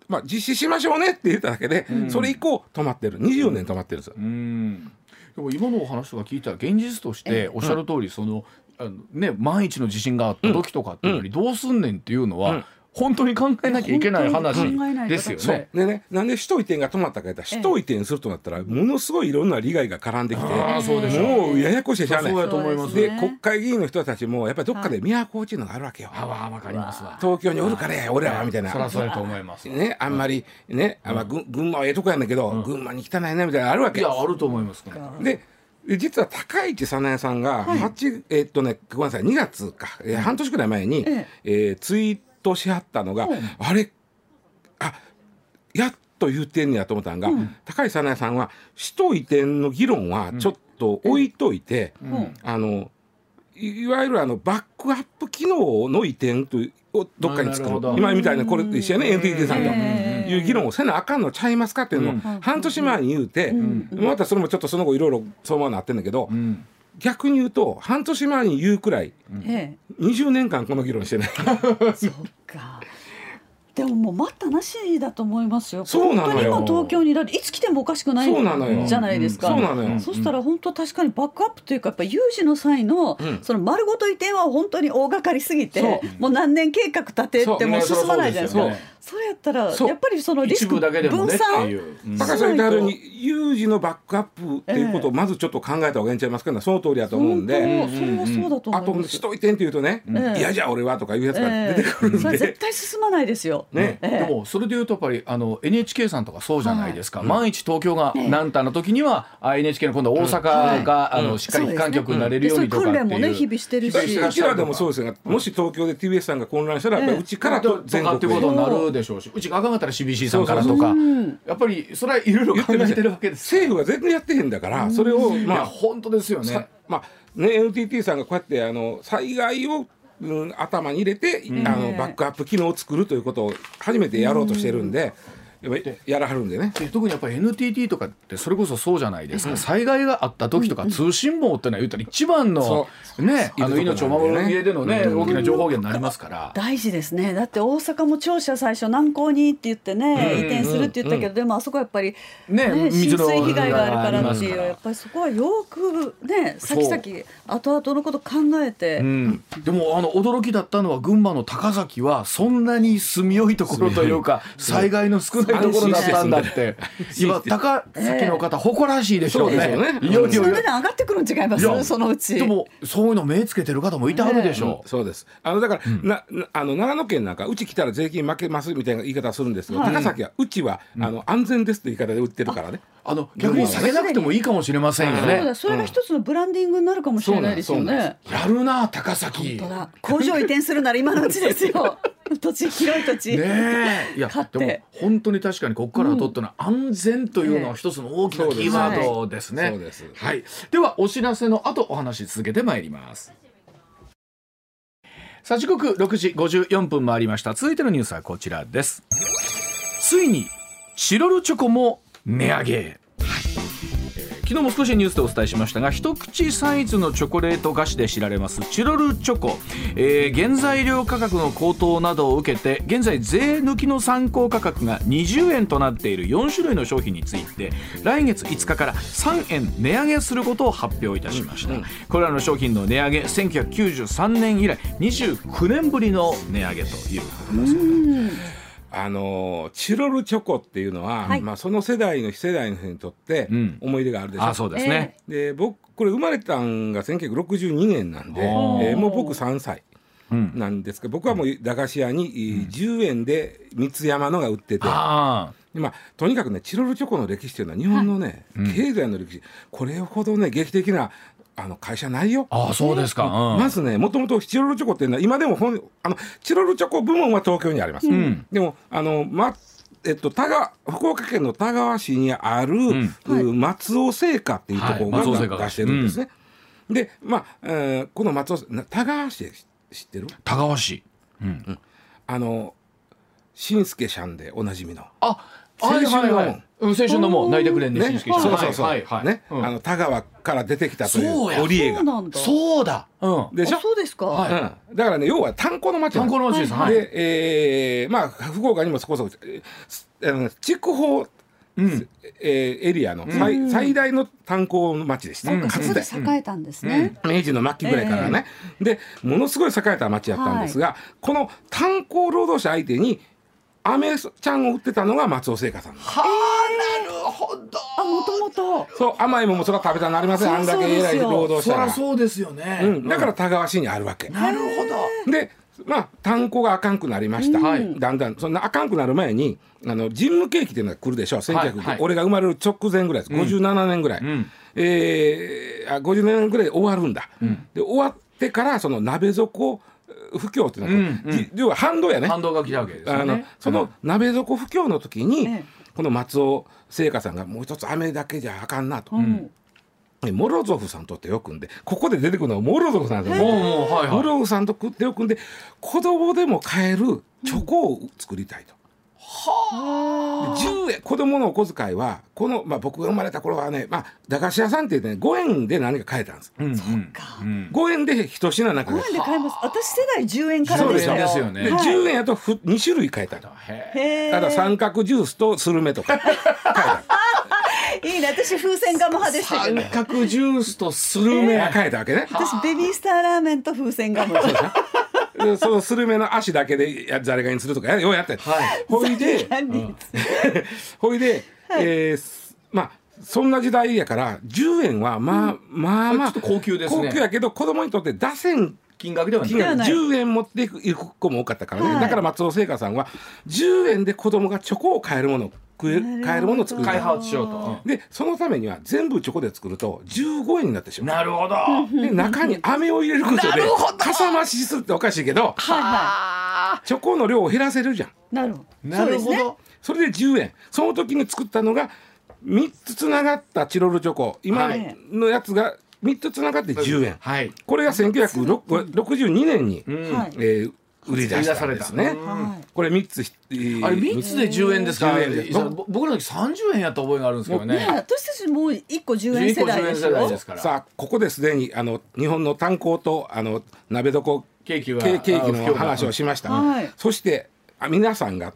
まあ、実施しましょうねって言っただけで、それ以降止まってる20年止まってるんですよ、うん。でも今のお話とか聞いたら現実としておっしゃる通りそのあのね万一の地震があった時とかっていうのにどうすんねんっていうのうはん本当に考えなきゃいけない話本当に考えないとですよそねう。でねなんで首都移転が止まったか言ったら首都移転するとなったらものすごいいろんな利害が絡んできて、ああそうでしょう。もうややこしいしゃあないそうやと思います。でね国会議員の人たちもやっぱりどっかで都落ちのがあるわけよ。あわわかりますわ。東京におるからや俺らはみたいなそ。らそうやと思います。いね、あんまりね、あまあ、群群馬はええとこやねんけど、群馬に汚いなみたいなのあるわけやあると思いますね。でで実は高市早苗さんが八、えっとねごめんなさい2月か、えー半年くらい前に、ええーツイートしはったのが、あれあやっと言ってんねやと思ったんが、高市早苗さんは死と移転の議論はちょっと置いといて、んあのいいわゆるあのバックアップ機能の移転というをどっかにあな作るるほど今みたいなこれと一緒やね NTT さんと。ええいう議論をせなあかんのちゃいますかっていうのをうん半年前に言うて、またそれもちょっとその後いろいろそうまなってんだけど、うん。逆に言うと半年前に言うくらいえ20年間この議論してないえ、そっか。でももう待ったなしだと思いますよ。そうなのよ本当に今東京にだっていつ来てもおかしくないそうなのよじゃないですか。そうなのよそしたら本当確かにバックアップというかやっぱ有事の際の、その丸ごと移転は本当に大掛かりすぎてそもう何年計画立てそうても進まないじゃないですそか。そうですようねやったらそうやっぱりそのリ一スク部だけでも分ねって散いう。うん高橋さん言ったように有事のバックアップっていうことをまずちょっと考えた方がいいんちゃいますかねその通りだと思うんで。本当それはそうだとあ思いとます。しといてんって言うとね「んいやじゃあ俺は」とかいうやつがえ出てくるんそれで絶、対進まないですよ。ねええでもそれでいうとやっぱりあの NHK さんとかそうじゃないですか、万一東京がなんたの時には、あ NHK の今度は大阪が、あのしっかり機関局になれるようにとかっていうそうですねでそういう訓練もね日々してるしうちらでもそうですよね、もし東京で TBS さんが混乱したら、やっぱりうちからとと全国っ全国てこへとになるでしょうしうちがあかんかったら CBC さんからとかやっぱりそれはいろいろ考えてるわけです政府が全然やってへんだから、それをいまやあ本当ですよねさまあね NTT さんがこうやってあの災害を、うん、頭に入れて、あのバックアップ機能を作るということを初めてやろうとしてるんで、やっぱりやらはるんでね。で特にやっぱり NTT とかってそれこそそうじゃないですか、災害があった時とか通信網ってのは言ったら一番の,、ね、あのいる命とをこ守なんでねる家での、ね大きな情報源になりますから。大事ですねだって大阪も庁舎最初南港にって言ってね移転するって言ったけどでもあそこはやっぱりねね水浸の水被害があるからってありますいかうらやっぱりそこはよくねそう先々後々のこと考えてうん、でもあの驚きだったのは群馬の高崎はそんなに住みよいところというか災害の少ないところだったんだって今高崎の方誇らしいでしょうね。そうですよねいよいそよの値段上がってくるん違いまいやすそのうちでもそういうの目つけてる方もいてはるでしょう。そうですあのだから、ななあの長野県なんかうち来たら税金負けますみたいな言い方するんですけど、高崎はうちは、あの安全ですという言い方で売ってるからね。あの逆に下げなくてもいいかもしれませんよそうだね。それが一つのブランディングになるかもしれないですよそうなんねやるな高崎。本当だ工場移転するなら今のうちですよ土地広い土地ねえ、いや買っでても本当に確かにここからはとってのは安全というのは一つの大きなキーワードですね。そうですはいはい。ではお知らせの後お話し続けてまいります。さあ時刻6時54分回りました。続いてのニュースはこちらです。ついにチロルチョコも値上げ。昨日も少しニュースでお伝えしましたが一口サイズのチョコレート菓子で知られますチロルチョコ、えー原材料価格の高騰などを受けて現在税抜きの参考価格が20円となっている4種類の商品について来月5日から3円値上げすることを発表いたしました、これらの商品の値上げ1993年以来29年ぶりの値上げということですあのーチロルチョコっていうのは、はいまあ、その世代の非世代の人にとってうん思い出があるでしょ、あそうですね、で僕これ生まれたんが1962年なんで、えおーーもう僕3歳うんなんですけど僕はもう駄菓子屋にえー10円で三山のが売ってて、ああでまあ、とにかくねチロルチョコの歴史というのは日本のね、経済の歴史これほどね劇的なあの会社ないよ。ああそうですか、うんまずねもともとチロルチョコっていうのは今でもほんあのチロルチョコ部門は東京にあります、んでもあの、まえっと、田川福岡県の田川市にある、う松尾製菓っていうところが、はい松尾製菓出してるんですね、でまあ、えーこの松尾な田川市知ってる田川市あの新助シャンでおなじみのあ青春のは門いはいはいうん青春のもう泣いてくれんねね、新式そうそうそう、はいはいはいね、うんあの田川から出てきたといそううや織江そがうなんだ。そうだうんでしょあ、そうですか。はいうん、だからね要は炭鉱の町な炭の鉱のおじいさんはいで、えーまあ福岡にもそこそこえーすあの筑豊、うんえーエリアの最,、最大の炭鉱の町でした、なんかかそつこでて。栄えたんですね。明治の末期ぐらいからね、でものすごい栄えた町やったんですが、この炭鉱労働者相手にアメちゃんを売ってたのが松尾製菓さんなんですはあなるほどあ、もともと。そう甘いもんもそら食べたらなりませんそあらんそだうけですよ偉い労働そ者りゃがそうですよね、うん、だから田川市にあるわけ、なるほどでまあ炭鉱があかんくなりました、だんだんそんなあかんくなる前にあの神武景気っていうのが来るでしょ1900、はいはい俺が生まれる直前ぐらいです57年ぐらい、んえーあ50年ぐらいで終わるんだ、で終わってからその鍋底不況っていうのが、うんじ要は反動やね感動が来たわけですあよのねその鍋底不況の時に、ええこの松尾製菓さんがもう一つ雨だけじゃあかんなと、うん。モロゾフさんと手を組んでここで出てくるのはモロゾフさんですよもうもうはいモはいロフさんと手を組んで子供でも買えるチョコを作りたいと。は10円子供のお小遣いはこの、まあ、僕が生まれた頃はね、まあ、駄菓子屋さんってね5円で何か買えたんですうんうんかうん5円で一品なんか五円で買えます。私世代十円からそうででしすたよよ。ですよねでは10円やとふ2種類買えたとへえへただー三角ジュースとスルメ とかいいね。私風船ガム派でしたけど三。角ジュースとスルメ買えたわけね私ベビースターラーメンと風船ガム。でそのスルメの足だけでやザリガニにするとかやようやって、はいほいで何 ほいで、えーすまあそんな時代やから10円はまあ、まあまあちょっと高級ですね高級やけど子供にとって出せん金額ではない金額ない10円持っていく子も多かったからね、はいだから松尾製菓さんは10円で子供がチョコを買えるものを食え買えるものを作る開発しようと、でそのためには全部チョコで作ると15円になってしうんまう。なるほどで中に飴を入れることでかさ増しするっておかしいけどはいはチョコの量を減らせるじゃんい。なるほど。なるほど、そうそれで10円その時に作ったのが3つつながったチロルチョコ今はいのやつが3つつながって10円、はいこれが1962年でに、すね。はい。えー売り出したんですね売り出されたはいこれ3つひ、えーあれ3つで10円ですか10円です伊沢さんぼ僕らの時30円やった覚えがあるんですけどねね私たちもう一個十円11世個代10で円す世代よで。すからさあここですでにあの日本の炭鉱とあの鍋床ケーキはケーケーキあの不況だ話をしました、はいそしてあ皆さんが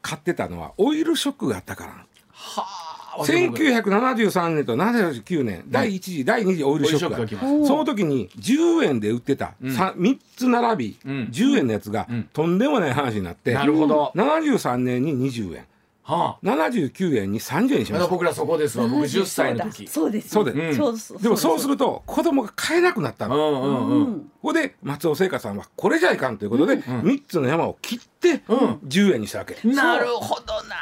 買ってたのはオイルショックがあったからなんです1973年と79年第1次、第2次オイルショックオイがルショックが来ましたその時に10円で売ってた 3, つ並び、ん10円のやつが、とんでもない話になってなるほど、 73年に20円はあ79円に30円にしままだした。僕らそこですわ僕10歳の時そうです。そうですんうでもそうす。ると子供が買えなくなったうの。んうんうんんここで松尾製菓さんはこれじゃいかんということで3つの山を切ってん10円にしたわけ。なるほどな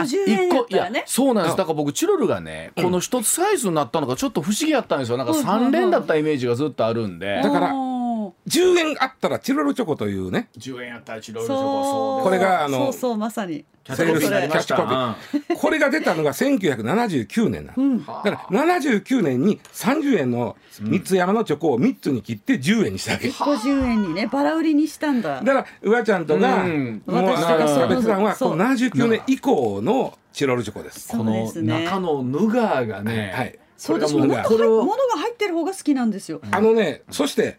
そっか一個十円やったら一個いやね。そうなんですだから僕チロルがねこの一つサイズになったのがちょっと不思議やったんですよなんか3連だったイメージがずっとあるんでだからおー10円あったらチロルチョコというね10円やったらチロルでしょそうこれがあのそうそうまさにキャッセチーコルピースキになりャまッしチたコピー。これが出たのが1979年なの、だから79年に30円の3つ山のチョコを3つに切って10円にしたわけ。一個十円にねバラ売りにしたんだだからうわちゃんとが、うんもう私とかそう差別団はそうこの79年以降のチロルチョコです。そうですこのね中のヌガーがね、はいそう私これが物もうがこれを物が入ってる方が好きなんですよ。あのね、そして、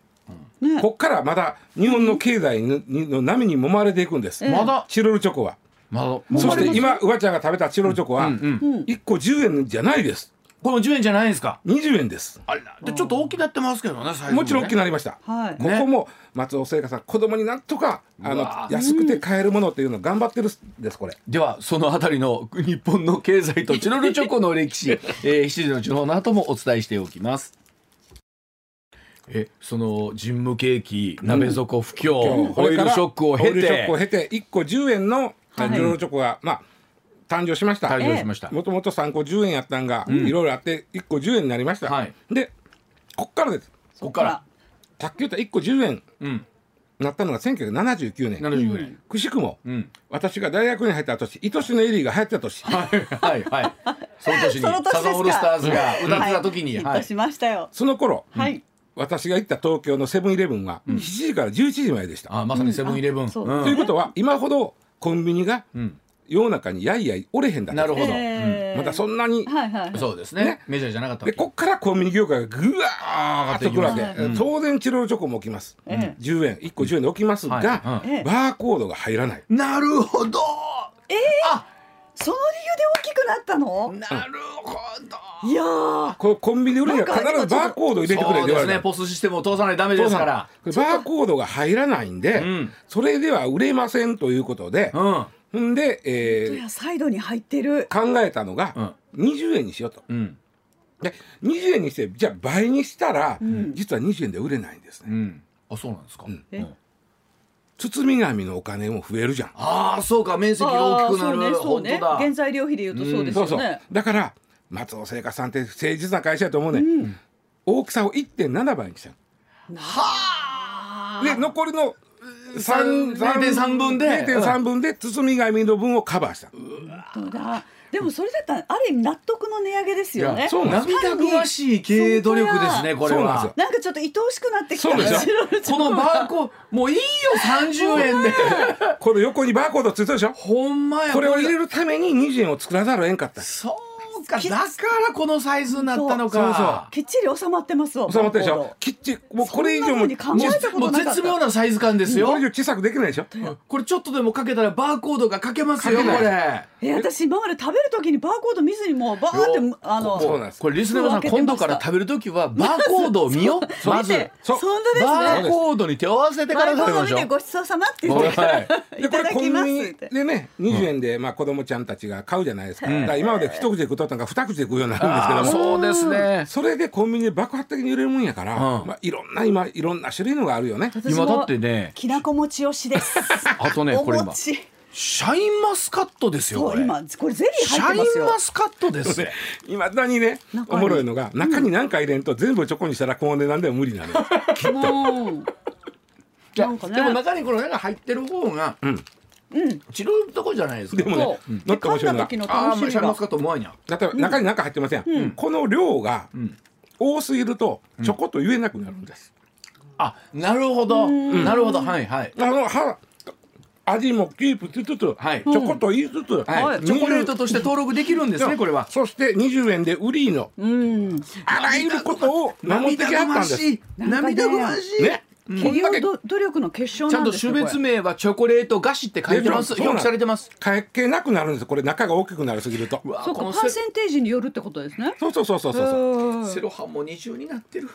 ねこっからまだ日本の経済ににの波に揉まれていくんです。まだチロルチョコは。まだそそししてて今今、うわちゃんが食べたチロルチョコは、1個10円じゃないです。この10円じゃないんですか20円です。あらでちょっと大きなってますけどね最後もちろん大きくななりました。はいここも松尾聖華さん、子供になんとか、あうのわ、安くて買えるものっていうのを頑張ってるんです、これ。ではそのあたりの日本の経済とチロルチョコの 歴史、えー、7時の地方の後もお伝えしておきますえその神武景気鍋底不況、こオイれルからショックを経オイルショッてクを経て1個10円のチはいロルチョコが、まあ、誕生しました誕生しました、もともと3個10円やったんが、いろいろあって1個10円になりました、はいでこっからですここからさっき言った1個10円うんなったのが1979年70ぐらい、くしくも、うん私が大学に入った年愛しのエリーが流行ってた年はいはいはいその年にその年ですかサザンオールスターズが歌ってた時に、ははい、ヒットいしましたよ。その頃、はい。私が行った東京のセブンイレブンは7時から11時まででした、あまさにセブンイレブン、あそうといううことは今ほどコンビニがん世の中にやいやいおれへんだん、ったなるほど、えーまたそんなにはいはい。そうですねねメジャーじゃなかったわでけこっからコンビニ業界がぐわーっとくるわけ、上がっていきますねうん当然チロルチョコも起きます、ええ10円1個10円で起きますが、はいうんバーコードが入らない、なるほどその理由で大きくなったの？なるほどいやー。これコンビニ売るには必ずバーコード入れてくれっそうて言でわすれたねのポスシステムを通さないとダメですからそうなんバーコードが入らないんで、んそれでは売れませんということで、うんんで、えいーやサイドに入ってる。考えたのが20円にしようと。うんで20円にしてじゃあ倍にしたら、実は20円で売れないんですね。うんあそうなんですか、んうえん包み紙のお金も増えるじゃん。ああそうか面積が大きくなる、あーそうね、本当そうね。だ原材料費で言うとそうですそうよそうね。だから松尾製菓さんって誠実な会社だと思うね、大きさを1.7倍にしたはで残りの三三0.3分で0.3分で包み紙の分をカバーしたそうだ。でもそれだったらある意味納得の値上げですよいね。やそうなんです涙ぐましい経営努力ですねこれそうなんはですよなんかちょっと愛おしくなってきたそうでしょ白いチこョコのバーコーもういいよ30円でこの横にバーコードついてるでしょほんまやこれを入れるために20円を作らざるをえんかったそうかだからこのサイズになったのそうそうかきっちり収まってますわ。収まってるでしバーコーょドきっちりもうこれ以上もそんな風にも考えうたこもうとなかった絶妙なサイズ感ですよこれ以上小さくできないでしょこれちょっとでもかけたらバーコードがかけますよこかけれ。え私今まで食べる時にバーコード見ずにもうバーってあのそうなんですこれリスナーさんそう開けてまし今度かたら食べるとき はバーコードを見ようまず見てそうそんなですねバーコードに手を合わせてから食べまし見ょてうごちそうさまって言ってから、はい い、でこたれだコきンますビっニて。でね20円でまあ子供ちゃんたちが買うじゃないですか,、だから今まで一口で食うとったのが二口で食うようになるんですけどあもーそうですねそれでコンビニで爆発的に売れるもんやから、うんまあ、いろんな今いろんな種類のがあるよね。私も今だってねきなこ餅推しです。あとねおこれ今餅。シャインマスカットですよそこうれ今これゼリーシ入ャってますインよマ。スカットですよいまだにね中におもろいのが中に何か入れんと全部チョコにしたら高温で何でも無理なのようんいやなんかねでも中にこのなんか入ってる方がチロルとこじゃないですかでもねそううんでなんか面噛ん白だいな時のああ楽シしャインマみがス。カットうまいな例えば中に何か入ってません、この量が多すぎるとチョコと言えなくなるんです、あなるほどなるほどはいはいあのは味もキープしつつ、はいチョコと言いつつ、ははいいチョコレートとして登録できるんですねこれはそして20円で売りのうん。あらゆることを守ってきはったんです涙ぐましい涙ぐましいねこ企んだけ業ど努力の結晶ちゃなんんとです種よ。別名はチョコレート菓子って書いてますでもそ表うなん記されてます関係なくなるんですこれ中が大きくなりすぎるとわあそうかこパのーセセンテージによるってことですね。そうそうそうそうそうそううんセロハンも二重になってる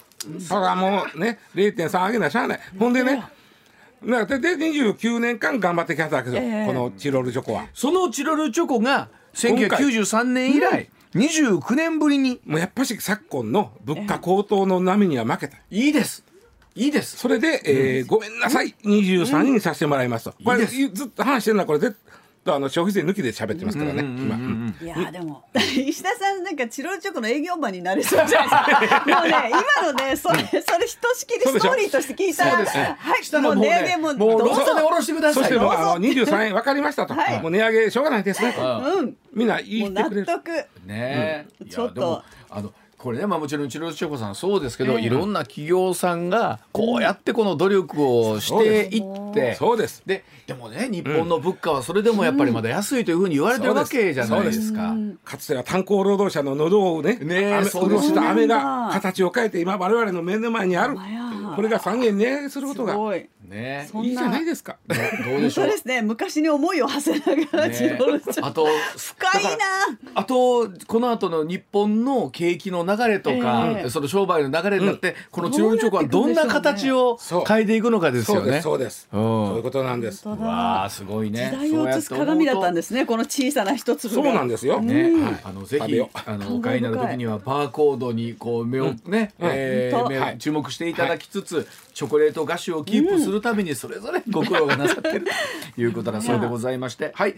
ただもうね0.3上げなしゃあないほんでねなでで29年間頑張ってきはったわけですよ、ええこのチロルチョコはそのチロルチョコが今回1993年以来29年ぶりにもうやっぱし昨今の物価高騰の波には負けたいいですいいですそれで、えーごめんなさい23にさせてもらいますと、これずっと話してるのはこれ絶対あの消費税抜きで喋ってますからね、今、うんいやーでも 石田さんなんかチロルチョコの営業マンになれそうじゃないですか。もうね今のねそれそれひとしきりそうでスしょトーリーとして聞いたらそうですねはい下ものうもう値ね上げももうどうロフトでぞ下ろしてくだそさしいてもうよあの23円分かりましたと、はいもう値上げしょうがないですねと、うんみんなも言うってく納れる得ねえうんいやちょっとでもあのこれね、まあ、もちろん一郎千代子さんそうですけど、いろんな企業さんがこうやってこの努力をしていってそうですででもね日本の物価はそれでもやっぱりまだ安いというふうに言われてるわけじゃないですか。かつては炭鉱労働者の喉をねねえ雨そうです潤ねした雨が形を変えて今我々の目の前にあるほんまやこれが3円値上げするこすとがごい。ねそんいいじゃないですか。どどうで本 しょう当ですね。昔に思いを馳せながら自ね動車。あと深いなだからあとこの後の日本の景気の流れとか、ええその商売の流れになって、この中央庁はどどんうななってくんでし形をそう変えていくのかですそようでねす。。そうです。うんそういうことなんです。本当だわあすごいね。時代を映す鏡だったんですね。この小さな一粒そが。うなんですよ。ね、うんあのぜ食べひようあ感慨深のいお買いになる時にはバーコードにこう目をね、え本ー当目はをい注目していただきつつ、チョコレート菓子をキープするためにそれぞれご苦労がなさってるということだそうでございまして、はい、